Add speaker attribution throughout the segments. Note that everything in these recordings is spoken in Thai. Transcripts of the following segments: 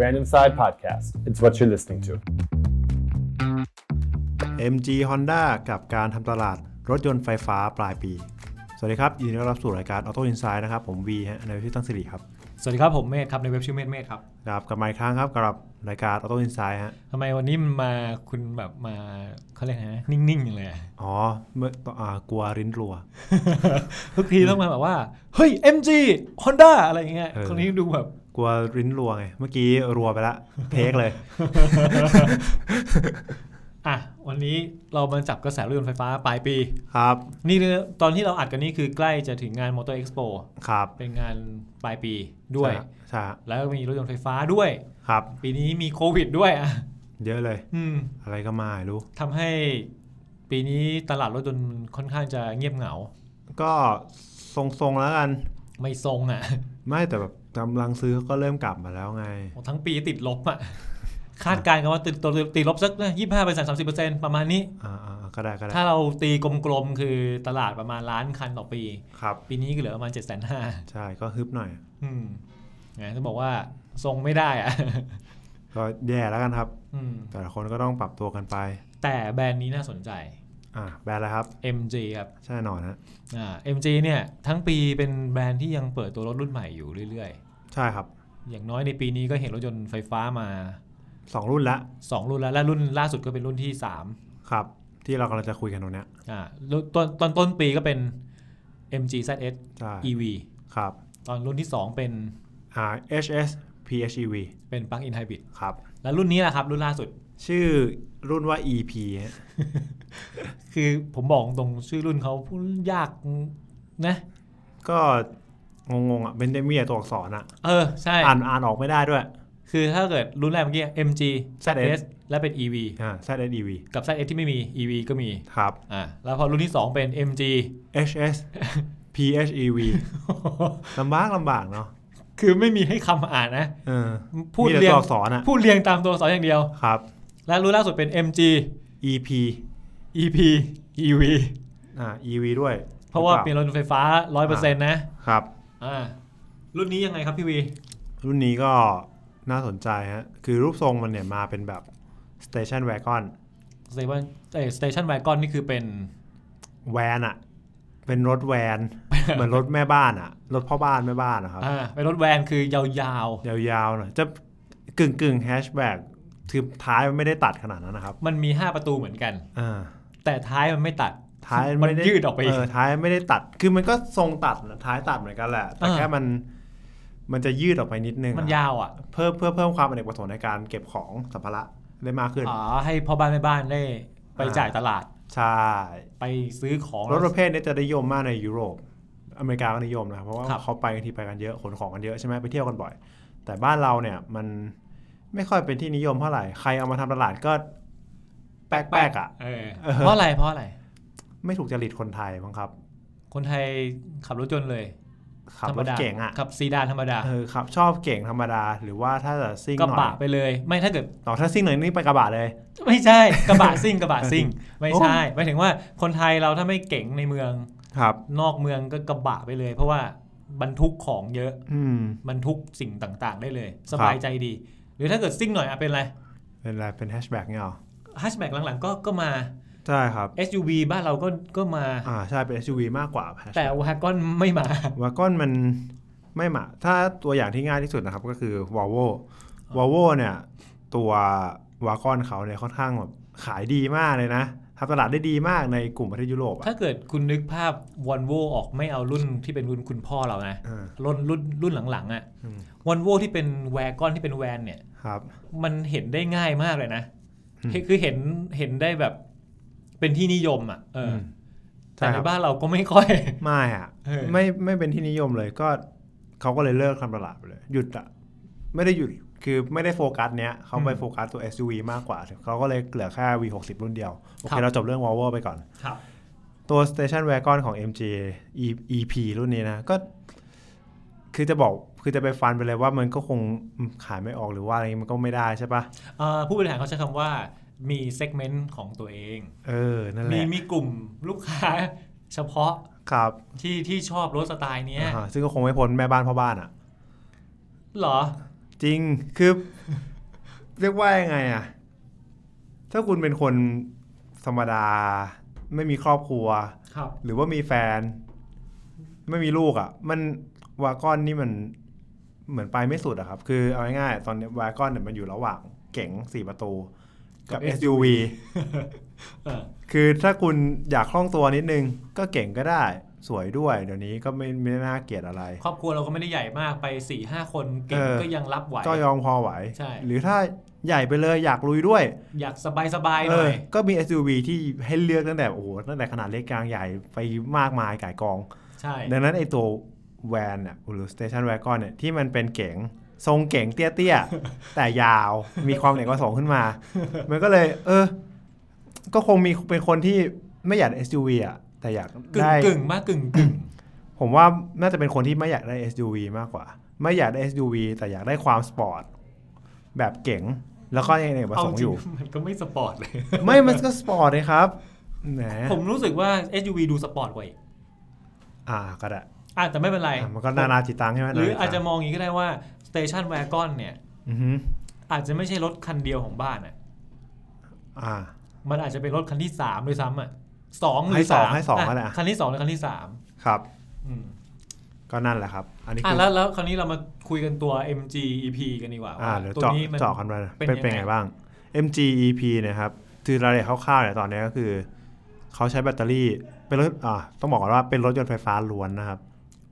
Speaker 1: Random Side Podcast. It's what you're listening to.
Speaker 2: MG Honda กับการทำตลาดรถยนต์ไฟฟ้าปลายปี สวัสดีครับ ยินดีต้อนรับสู่รายการ Auto Insight นะครับ ผมวีฮะในเว็บที่ตั้งสิริครับ
Speaker 3: สวัสดีครับ ผมเมธครับ ในเว็บชื่อเมธเมธครับ
Speaker 2: ครับกลับมาอีกครั้งครับกับรายการ Auto Insight ฮะ
Speaker 3: ทำไมวันนี้มันมาคุณแบบมาเขาเรียกไงนะนิ่งๆอย่าง เลยอะ
Speaker 2: อ๋อเมื่ออ่ากลัวริ้นรัว
Speaker 3: ทุกทีต้องมาแบบว่า เฮ้ย MG Honda อะไรอย่างเงี้ย
Speaker 2: เออ
Speaker 3: คนนี้ดูแบบ
Speaker 2: กลัวริ้นรัวไง เมื่อกี้รัวไปละ เทคเลย
Speaker 3: อ่ะ วันนี้เรามาจับกระแสรถยนต์ไฟฟ้าปลายปี
Speaker 2: ครับ
Speaker 3: นี่เลยตอนที่เราอัดกันนี่คือใกล้จะถึงงาน Motor Expo
Speaker 2: ครับ
Speaker 3: เป็นงานปลายปีด้วย
Speaker 2: ใช่ใช่
Speaker 3: แล้วก็มีรถยนต์ไฟฟ้าด้วย
Speaker 2: ครับ
Speaker 3: ปีนี้มีโควิดด้วยอ่ะ
Speaker 2: เยอะเลย
Speaker 3: อืม
Speaker 2: อะไรก็มาไม่รู้
Speaker 3: ทำให้ปีนี้ตลาดรถยนต์ค่อนข้างจะเงียบเหงา
Speaker 2: ก็ทรงๆแล้วกัน
Speaker 3: ไม่ทรงอ่ะ
Speaker 2: ไม่แต่แบบกำลังซื้อเขาก็เริ่มกลับมาแล้วไง
Speaker 3: โอ้ทั้งปีติดลบอ่ะ คาดการณ์กันว่าติดตัวติดลบสักยี่ห้าเปอร์เซ็นต์สามสิบเปอร์เซ็นต์ประมาณนี้
Speaker 2: อ่าอ่าก็ได้ก็ได้
Speaker 3: ถ้าเราตีกลมๆ คือตลาดประมาณล้านคันต่อปี
Speaker 2: ครับ
Speaker 3: ปีนี้ก็เหลือประมาณเจ็ดแสนห้า
Speaker 2: ใช่ก็ฮึบหน่อย
Speaker 3: อืมไงจะบอกว่าทรงไม่ได้อ่ะ
Speaker 2: ก็แย่แล้วกันครับ
Speaker 3: อืม
Speaker 2: แต่ละคนก็ต้องปรับตัวกันไป
Speaker 3: แต่แบรนด์นี้น่าสนใจ
Speaker 2: อ่าแบรนด์อะไรครับ
Speaker 3: MG ครับ
Speaker 2: ใช่หนอนฮะ
Speaker 3: อ่า MG เนี่ย ทั้งปีเป็นแบรนด์ที่ยังเปิดตัวรถรุ่นใหม่อยู่เรื่อย
Speaker 2: ใช่ครับ
Speaker 3: ๆ อย่างน้อยในปีนี้ก็เห็นรถยนต์ไฟฟ้ามา
Speaker 2: สองรุ่นละ
Speaker 3: 2 รุ่นแล้วและรุ่นล่าสุดก็เป็นรุ่นที่ 3
Speaker 2: ครับ ที่เรากำลังจะคุยกันตรงเนี้ย
Speaker 3: อ่ารุ่นต้นตอนต้นปีก็เป็น MG ZS
Speaker 2: ใช่
Speaker 3: EV
Speaker 2: ครับ
Speaker 3: ตอนรุ่นที่ 2 เป็น
Speaker 2: อ่า HS PHEV
Speaker 3: เป็น plug in hybrid
Speaker 2: ครับ
Speaker 3: แล้วรุ่นนี้แหละครับ รุ่นล่าสุด
Speaker 2: ชื่อรุ่นว่า EP ฮะ
Speaker 3: คือผมบอกตรงชื่อรุ่นเขาพูดยากนะ
Speaker 2: ก็งงๆอ่ะเป็นเดมีแต่ตัวอักษรอ่ะ
Speaker 3: เออ ใช่
Speaker 2: อ่านอ่านออกไม่ได้ด้วย
Speaker 3: คือถ้าเกิดรุ่นแรกเมื่อกี้ MG ZS และเป็น EV
Speaker 2: อ่า ZSEV
Speaker 3: กับ ZS ที่ไม่มี EV ก็มี
Speaker 2: ครับ
Speaker 3: อ่าแล้วพอรุ่นที่ 2 เป็น MG
Speaker 2: HS PHEV ลำบากลำบากเนาะ
Speaker 3: คือไม่มีให้คำอ่านนะ
Speaker 2: เออ
Speaker 3: พูด
Speaker 2: มีแต่
Speaker 3: เรียง
Speaker 2: ตัวอักษรอ่ะ
Speaker 3: พูดเรียงตามตัวอักษรอย่างเดียว
Speaker 2: ครับ
Speaker 3: และรุ่นล่าสุดเป็น MG
Speaker 2: EP
Speaker 3: EP EV
Speaker 2: อ่า EV ด้วย
Speaker 3: เพราะว่า
Speaker 2: หอ
Speaker 3: เป็น
Speaker 2: ปล่
Speaker 3: รถไฟฟ้า 100%นะ
Speaker 2: ครับ
Speaker 3: อ่า รุ่นนี้ยังไงครับพี่วี
Speaker 2: รุ่นนี้ก็น่าสนใจฮะ คือรูปทรงมันเนี่ยมาเป็นแบบ station wagon
Speaker 3: สเตชันเอสเตชันแวกอนนี่คือเป็น
Speaker 2: แวนอะเป็นรถแวน เหมือนรถแม่บ้านอะรถพ่อบ้านแม่บ้านนะครับ
Speaker 3: อ่าเป็นรถแวนคือยาว
Speaker 2: ยาวๆหน่อยจะกึ่งกึ่งแฮชแบ็กคือท้ายมันไม่ได้ตัดขนาดนั้นนะครับ
Speaker 3: ๆ มันมี 5 ประตูเหมือนกัน
Speaker 2: อ่า
Speaker 3: แต่ท้ายมันไม่ตัด
Speaker 2: ท้าย
Speaker 3: มัน
Speaker 2: ไม่ได้
Speaker 3: ยืดออกไปอี
Speaker 2: เอก อท้ายไม่ได้ตัด คือมันก็ทรงตัดนะท้ายตัดเหมือนกันแหละ แต่
Speaker 3: อ่า
Speaker 2: แค่มัน มันจะยืดออกไปนิดนึงอะ
Speaker 3: มันยาวอ่ะ
Speaker 2: เพิ่มเพื่อเพิ่มความอเนกประสงค์ในการเก็บของสัมภาระได้มากขึ้น
Speaker 3: อ๋อให้พ่อบ้านแม่บ้านได้ไป
Speaker 2: อ่า
Speaker 3: จ่ายตลาด
Speaker 2: ใช่
Speaker 3: ไปซื้อของ
Speaker 2: รถประเภทนี้จะนิยมมากในยุโรป อเมริกาก็นิยมนะครับเพราะว่า
Speaker 3: ครับ
Speaker 2: เขาไปกันทีไปกันเยอะขนของกันเยอะใช่ไหมไปเที่ยวกันบ่อย แต่บ้านเราเนี่ยมันไม่ค่อยเป็นที่นิยมเท่าไหร่ใครเอามาทำตลาดก็แปลกๆอ่ะ
Speaker 3: เออ
Speaker 2: เออ
Speaker 3: เพราะอะไรเพราะอะไร
Speaker 2: ไม่ถูกจริตคนไทยมั้งครับ
Speaker 3: คนไทยขับรถยนต์เลย
Speaker 2: ขับ
Speaker 3: ธร
Speaker 2: ร
Speaker 3: รม
Speaker 2: ถ
Speaker 3: ดา
Speaker 2: เก่งอ่ะ
Speaker 3: ขับซีดานธรรมดา
Speaker 2: เออขับชอบเก่งธรรมดา หรือว่าถ้าจะซิ่งห
Speaker 3: กระ
Speaker 2: น่
Speaker 3: บะ
Speaker 2: อย
Speaker 3: ไปเลย ไม่ถ้าเกิด
Speaker 2: ต่อถ้าซิ่งหน่อยนี่ไปกระบะเลย
Speaker 3: ไม่ใช่ กระบะซิ่งกระบะซิ่ง ไม่
Speaker 2: โอ้
Speaker 3: ใช่หมายถึงว่าคนไทยเราถ้าไม่เก่งในเมือง
Speaker 2: ครับ
Speaker 3: นอกเมืองก็กระบะไปเลย เพราะว่าบรรทุกของเยอะ
Speaker 2: อืม
Speaker 3: บรรทุกสิ่งต่างๆ ได้เลย
Speaker 2: ค
Speaker 3: ส
Speaker 2: รับ
Speaker 3: บายใจดี หรือถ้าเกิดซิ่งหน่อยอะเป็นอะไร
Speaker 2: เป็นอะไรเป็นแฮชแบ็กเนี่ยเหรอ
Speaker 3: ฮัชแบ็กหลังๆก็ก็มา
Speaker 2: ใช่ครับ
Speaker 3: SUV บ้านเราก็ก็มา
Speaker 2: อ่าใช่เป็น SUV มากกว่า hatchback
Speaker 3: แต่วากอนไม่มาว
Speaker 2: ากอนมันไม่หมา ถ้าตัวอย่างที่ง่ายที่สุดนะครับก็คือ v o l v o v o l v o เนี่ย ตัววากอนเขาเนี่ยค่อนข้างแบบขายดีมากเลยนะทำตลาดได้ดีมากในกลุ่มประเทศยุโรปอะ
Speaker 3: ถ้าเกิดคุณนึกภาพวอนโวออกไม่เอารุ่นที่เป็นรุ่นคุณพ่อเรานะ
Speaker 2: อ่า
Speaker 3: รุ่นรุ่นรุ่นหลังๆอะ
Speaker 2: อืม
Speaker 3: วอนโวที่เป็นแวกอนที่เป็นแวนเนี่ย
Speaker 2: ครับ
Speaker 3: มันเห็นได้ง่ายมากเลยนะ
Speaker 2: อืม
Speaker 3: เห็นคือเห็นเห็นได้แบบเป็นที่นิยมอะเอออ
Speaker 2: ม
Speaker 3: แต่
Speaker 2: ใช่
Speaker 3: ใน
Speaker 2: ครับ
Speaker 3: บ้านเราก็ไม่ค่อย
Speaker 2: ไม่อะ
Speaker 3: เออ
Speaker 2: ไม่ไม่เป็นที่นิยมเลยก็เขาก็เลยเลิกทำตลาดไปเลย หยุดอะไม่ได้หยุดคือไม่ได้โฟกัสเนี้ยเขาไปโฟกัสตัว SUV มากกว่าเขาก็เลยเหลือแค่ V60 รุ่นเดียวโอเคเราจบเรื่อง v o l v o ไปก่อน
Speaker 3: ครับ
Speaker 2: ตัว Station Wagon ของ MG E- EP รุ่นนี้นะ ก็ คือจะบอกคือจะไปฟันไปเลยว่ามันก็คงขายไม่ออกหรือว่าอะไรมันก็ไม่ได้ใช่ปะ
Speaker 3: เอ่อผู้บริหารเขาใช้คำว่ามีเซกเมนต์ของตัวเอง
Speaker 2: เออ นั่นแห
Speaker 3: มี
Speaker 2: ละ
Speaker 3: มีกลุ่มลูกค้าเฉพาะ
Speaker 2: ครับ
Speaker 3: ที่ที่ชอบรถสไตล์เนี้ย
Speaker 2: อ่าฮะซึ่งก็คงไม่พ้นแม่บ้านพ่อบ้านอ่ะ
Speaker 3: เหรอ
Speaker 2: จริงคือ เรียกว่ายังไงอ่ะ ถ้าคุณเป็นคนธรรมดา ไม่มีครอบครัว
Speaker 3: ครับ
Speaker 2: หรือว่ามีแฟน ไม่มีลูกอ่ะ มันวากอนนี่มันเหมือนไปไม่สุดอะครับ คือเอาง่ายๆตอนนี้วากอนเนี่ยมันอยู่ระหว่างเก๋งสี่ประตู กับ
Speaker 3: กับ
Speaker 2: SUV
Speaker 3: เออ
Speaker 2: คือถ้าคุณอยากคล่องตัวนิดนึง ก็เก่งก็ได้ สวยด้วย เดี๋ยวนี้ก็ไม่ไม่น่าเกลียดอะไร
Speaker 3: ครอบครัวเราก็ไม่ได้ใหญ่มากไป4ี่ห้าคนเก่ง
Speaker 2: เออ
Speaker 3: ก็ยังรับไหว
Speaker 2: ก็ยอมพอไหว
Speaker 3: ใช่
Speaker 2: หรือถ้าใหญ่ไปเลยอยากลุยด้วย
Speaker 3: อยากสบายสบายๆ
Speaker 2: เอ
Speaker 3: หน่
Speaker 2: อ
Speaker 3: อย
Speaker 2: ก็มี SUV ที่ให้เลือกตั้งแต่โอ้โหตั้งแต่ขนาดเล็กกลางใหญ่ไปมากมายก่ายกอง
Speaker 3: ใช่
Speaker 2: ดังนั้นไอตัวแวนอ่ะหรือ station wagon เนี่ยที่มันเป็นเก๋งทรงเก๋งเตี้ย ๆ แต่ยาวมีความเหนกว่าสองขึ้นมา มันก็เลย เออ ก็คงมีเป็นคนที่ไม่อยากได้ SUV อ่ะแต่อยาก
Speaker 3: กึ่ง
Speaker 2: ได้
Speaker 3: กึ่งมากกึ่งกึ่ง
Speaker 2: ผมว่าน่าจะเป็นคนที่ไม่อยากได้ SUV มากกว่า ไม่อยากได้ SUV แต่อยากได้ความสปอร์ตแบบเก๋งแล้วก็ยังเหนกว่า
Speaker 3: เอา
Speaker 2: สองอ
Speaker 3: จริง
Speaker 2: ยู่
Speaker 3: มันก็ไม่สปอร์ตเลย
Speaker 2: ไม่มันก็สปอร์ตเลย ครับแหม
Speaker 3: ผมรู้สึกว่า SUV ดูสปอร์ตกว่าอีก
Speaker 2: อ่าก็ได้
Speaker 3: อ่ะแต่ไม่เป็นไร
Speaker 2: อ่ะมันก็นานาจิตตังใช่ไหม
Speaker 3: หรือ
Speaker 2: นานา
Speaker 3: อาจ
Speaker 2: จิ
Speaker 3: จะ
Speaker 2: ตตัง
Speaker 3: มองอย่างนี้ก็ได้ว่า Station Wagon เนี่ย
Speaker 2: อือฮึ
Speaker 3: อาจจะไม่ใช่รถคันเดียวของบ้านอ่ะ
Speaker 2: อ่า
Speaker 3: มันอาจจะเป็นรถคันที่สามด้วยซ้ำอ่ะสองห
Speaker 2: ให้
Speaker 3: รือ
Speaker 2: สอ
Speaker 3: สาง ม
Speaker 2: ให้สอง
Speaker 3: ะ
Speaker 2: ก็ได้อ่ะ
Speaker 3: คันที่สองหรือคันที่สาม
Speaker 2: ครับ
Speaker 3: อืม
Speaker 2: ก็นั่นแหละครับ อันนี้
Speaker 3: อ่ะ
Speaker 2: คือ
Speaker 3: แล้วแล้วคราวนี้เรามาคุยกันตัว MG EP กันดีกว่า
Speaker 2: อ่า
Speaker 3: ว่า
Speaker 2: เดี๋ยว
Speaker 3: ตัว
Speaker 2: เจาะ
Speaker 3: นี้มัน
Speaker 2: เจาะกันไป
Speaker 3: เป็
Speaker 2: เป็
Speaker 3: น
Speaker 2: นเป็น
Speaker 3: ยังไง
Speaker 2: ไงบ้าง MGEP เนะครับคือรายละเอียดคร่าวๆเนี่ยตอนนี้ก็คือ เขาใช้แบตเตอรี่เป็นรถอ่าต้องบอกก่อนว่าเป็นรถยนต์ไฟฟ้าล้วนนะครับ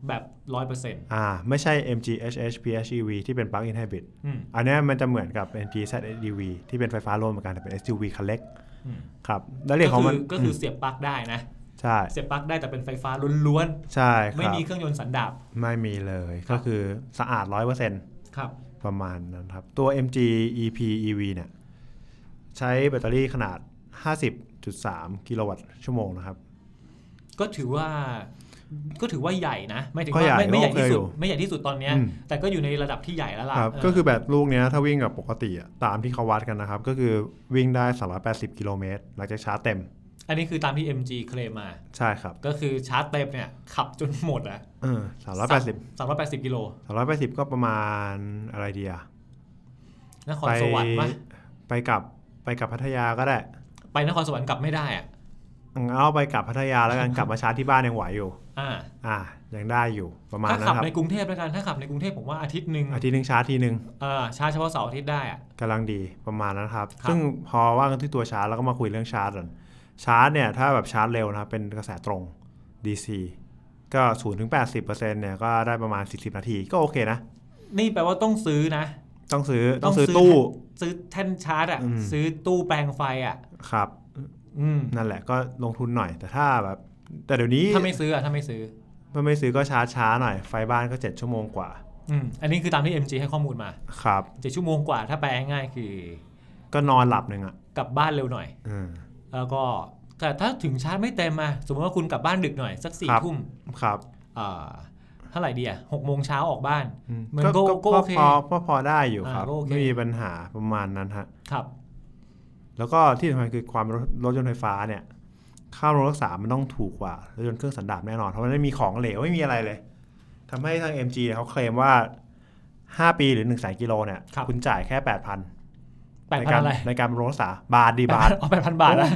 Speaker 3: แบบร้อยเปอร์เซ็นต์
Speaker 2: อ่า ไม่ใช่ MGHH PHEV ที่เป็น plug-in hybrid
Speaker 3: อืม
Speaker 2: อันเนี้ยมันจะเหมือนกับ MGZEV ที่เป็นไฟฟ้าล้วนเหมือนกันแต่เป็น SUV คันเล็ก
Speaker 3: อืม
Speaker 2: ครับรายละเอี
Speaker 3: ก็
Speaker 2: ยดของ
Speaker 3: คื
Speaker 2: มัน
Speaker 3: อก็คือ
Speaker 2: ม
Speaker 3: เสียบปลั๊กได้นะ
Speaker 2: ใช่
Speaker 3: เสียบปลั๊กได้แต่เป็นไฟฟ้าล้วน
Speaker 2: ใช่
Speaker 3: ๆ
Speaker 2: ค
Speaker 3: ไม่
Speaker 2: รับ
Speaker 3: มีเครื่องยนต์สันดาป
Speaker 2: ไม่มีเลยก็คือสะอาดร้อยเปอร์เซ็นต์
Speaker 3: ครับ
Speaker 2: ประมาณนั้นครับ ตัว MG EP EV เนี่ย ใช้แบตเตอรี่ขนาด 50.3 กิโลวัตต์ชั่วโมงนะครับ
Speaker 3: ก็ถือว่า ก็ถือว่าใหญ่นะไม่ถึง
Speaker 2: ก็ใหญ่
Speaker 3: ว่าไม่ไม่ใหญ่
Speaker 2: ก็โอเค
Speaker 3: ที่สุ
Speaker 2: อ
Speaker 3: ด
Speaker 2: ยู่
Speaker 3: ไม่ใหญ่ที่สุดตอนเนี้ย
Speaker 2: อืม
Speaker 3: แต่ก็อยู่ในระดับที่ใหญ่แล้วล่ะ
Speaker 2: ครับ
Speaker 3: เออ
Speaker 2: ก็คือแบตลูกเนี้ยถ้าวิ่งกับปกติอะตามที่เขาวัดกันนะครับ ก็คือวิ่งได้ 380 กิโลเมตรหลังจากชาร์จเต็ม
Speaker 3: อันนี้คือตามที่ MG เคลมมา
Speaker 2: ใช่ครับ
Speaker 3: ก็คือชาร์จเต็มเนี่ยขับจนหมดอะ
Speaker 2: เออ380
Speaker 3: สามร้อยแปดสิบกิโล
Speaker 2: 380 ก็ประมาณอะไรเดีย
Speaker 3: นคร
Speaker 2: ไป
Speaker 3: สวรรค์ปะ
Speaker 2: ไปกลับไปกลับพัทยาก็ได้
Speaker 3: ไปนครสวรรค์กลับไม่ได้อะ
Speaker 2: เอาไปกลับพัทยาแล้วกัน กลับมาชาร์จที่บ้านยังไหวอยู่
Speaker 3: อ่า
Speaker 2: อ่ายังได้อยู่ประมาณ
Speaker 3: ถ้า
Speaker 2: นั้น
Speaker 3: ขับ
Speaker 2: ครับ
Speaker 3: ในกรุงเทพแล้วกันถ้าขับในกรุงเทพผมว่าอาทิตย์หนึ่ง
Speaker 2: อาทิตย์หนึงชาร์จทีหนึง
Speaker 3: อ่าชาร์จเฉพาะเสาร์อาทิตย์ได้อะ
Speaker 2: กำลังดีประมาณนั้นครับ
Speaker 3: ครับ
Speaker 2: ซึ่งพอว่ากันที่ตัวชาร์จแล้วก็มาคุยเรื่องชาร์จก่อนชาร์จเนี่ย ถ้าแบบชาร์จเร็วนะครับ เป็นกระแสตรง DC ก็0ูนถึงแปเนี่ยก็ได้ประมาณ 40 นาทีก็โอเคนะ
Speaker 3: นี่แปลว่าต้องซื้อนะ
Speaker 2: ต้องซื้อต้องซื้อ
Speaker 3: ต้องซื้อ
Speaker 2: ตู้
Speaker 3: ซื้อแท่นชาร์จอะ
Speaker 2: อืม
Speaker 3: ซื้อตู้แปลงไฟอะ
Speaker 2: ครับ
Speaker 3: อืม
Speaker 2: นั่นแหละก็ลงทุนหน่อย แต่ถ้าแบบ แต่เดี๋ยวนี้
Speaker 3: ถ้าไม่ซื้ออะถ้าไม่ซื้อ
Speaker 2: ถ้าไม่ซื้อก็ชาร์จช้าหน่อย ไฟบ้านก็ 7 ชั่วโมงกว่า
Speaker 3: อืมอันนี้คือตามที่ MG ให้ข้อมูลมา
Speaker 2: ครับ
Speaker 3: เจ็ดชั่วโมงกว่าถ้าแปลง่ายๆคือ
Speaker 2: ก็นอนหลับหนึ่งอ่ะ
Speaker 3: กลับบ้านเร็วหน่อย
Speaker 2: อืม
Speaker 3: แล้วก็แต่ถ้าถึงชาร์จไม่เต็มอะสมมติว่าคุณกลับบ้านดึกหน่อยสักสี่
Speaker 2: ครับ
Speaker 3: ทุ่ม
Speaker 2: ครับ
Speaker 3: อ่าเท่าไหร่ดีอ่ะหกโมงเช้าออกบ้าน
Speaker 2: อืม
Speaker 3: มันก็ก็โอเค
Speaker 2: พอก็พอได้อยู่ครับ
Speaker 3: อ่าก็โอเค
Speaker 2: ไม่มีปัญหาประมาณนั้นฮะ
Speaker 3: ครับ
Speaker 2: แล้วก็ที่สำคัญคือความรถรถยนต์ไฟฟ้าเนี่ย ค่าบำรุงรักษา มันต้องถูกกว่ารถยนต์เครื่องสันดาปแน่นอน เพราะมันไม่มีของเหลวไม่มีอะไรเลยทำให้ทาง MG เนี่ยเขาเคลมว่า 5 ปีหรือ1นึ่งแสนกิโลเนี่ย
Speaker 3: ครับ
Speaker 2: ณจ่ายแค่ 8 0 0 0น
Speaker 3: แปด
Speaker 2: ใน
Speaker 3: พัน
Speaker 2: การ
Speaker 3: อะไร
Speaker 2: ในการบำรุงรักษา บาทดีบาท
Speaker 3: เอาแปดพันบาทนะ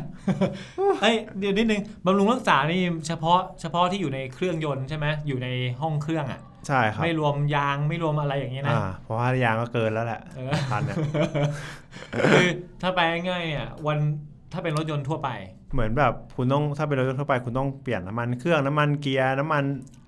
Speaker 3: เอ้ยเดี๋ยวนิดนึงบำรุงรักษานี่เฉพาะเฉพาะที่อยู่ในเครื่องยนต์ใช่ไหมอยู่ในห้องเครื่องอ่ะ
Speaker 2: ใช่ครับ
Speaker 3: ไม่รวมยางไม่รวมอะไรอย่างเงี้ยนะ
Speaker 2: อ่าเพราะว่ายางก็เกินแล้วแหละ
Speaker 3: เออ
Speaker 2: พันเนี่ย
Speaker 3: คือถ้าแปลง่ายๆเนี่ยวันถ้าเป็นรถยนต์ทั่วไป
Speaker 2: เหมือนแบบคุณต้องถ้าเป็นรถยนต์ทั่วไปคุณต้องเปลี่ยนน้ำมันเครื่องน้ำมันเกียร์น้ำมัน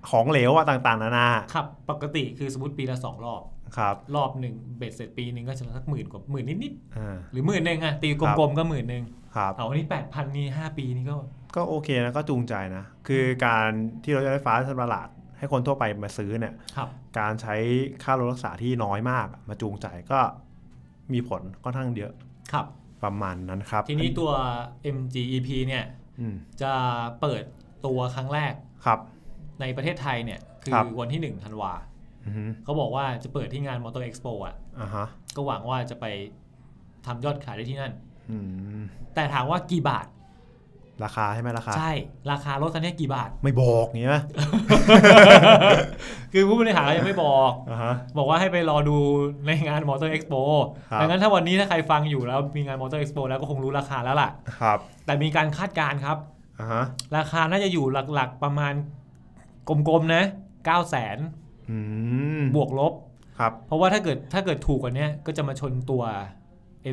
Speaker 2: ของเหลวอะต่างๆ นานา
Speaker 3: ขับปกติคือสมมติปีละสองรอบ
Speaker 2: ครับ
Speaker 3: รอบหนึ่งเบ็ดเสร็จปีหนึ่งก็จะสักหมื่นกว่าหมื่นนิด
Speaker 2: อ่า
Speaker 3: ๆหรือหมื่นหนึ่งอ่ะตีกลมๆก็หมื่นหนึ่ง
Speaker 2: ครับ
Speaker 3: เอาอันนี้แปดพันนี่ห้าปีนี่ก็
Speaker 2: ก็โอเคนะก็จูงใจนะ คือการที่รถยนต์ไฟฟ้าสันประหลาด ให้คนทั่วไปมาซื้อเนี่ย
Speaker 3: ครับ
Speaker 2: การใช้ค่ารถรักษาที่น้อยมาก มาจูงใจก็มีผลค่อนข้างเยอะ
Speaker 3: ครับ
Speaker 2: ประมาณนั้นครับ
Speaker 3: ทีนี้ตัว MGEP เนี่ย
Speaker 2: อืม
Speaker 3: จะเปิดตัวครั้งแรก
Speaker 2: ครับ
Speaker 3: ในประเทศไทยเนี่ย คือ
Speaker 2: ครับ
Speaker 3: วันที่1ธันวา
Speaker 2: อือฮึ
Speaker 3: เขาบอกว่าจะเปิดที่งานมอเตอร์เอ็กซ์โปอ่ะ
Speaker 2: อ่าฮะ
Speaker 3: ก็หวังว่าจะไปทำยอดขายได้ที่นั่น
Speaker 2: อืม
Speaker 3: แต่ถามว่ากี่บาท
Speaker 2: ราคาใช่ไหมราคา
Speaker 3: ใช่ ราคารถคันนี้กี่ บาท
Speaker 2: ไม่บอกอย่างงี้ไหม
Speaker 3: คือผู้บริหารเรายังไม่บอก
Speaker 2: อ่าฮะ
Speaker 3: บอกว่าให้ไปรอดูในงานมอเตอร์เอ็กซ์โป
Speaker 2: ครับ
Speaker 3: ดังนั้นถ้าวันนี้ถ้าใครฟังอยู่แล้วมีงานมอเตอร์เอ็กซ์โปแล้วก็คงรู้ราคาแล้วล่ะ
Speaker 2: ครับ
Speaker 3: แต่มีการคาดการณ์ครับ
Speaker 2: อ่าฮะ
Speaker 3: ราคาน่าจะอยู่หลักๆประมาณกลมๆนะ9 0 0 0 0
Speaker 2: อืม
Speaker 3: บวกลบ
Speaker 2: ครับ
Speaker 3: เพราะว่าถ้าเกิดถ้าเกิดถูกกว่าเนี้ยก็จะมาชนตัว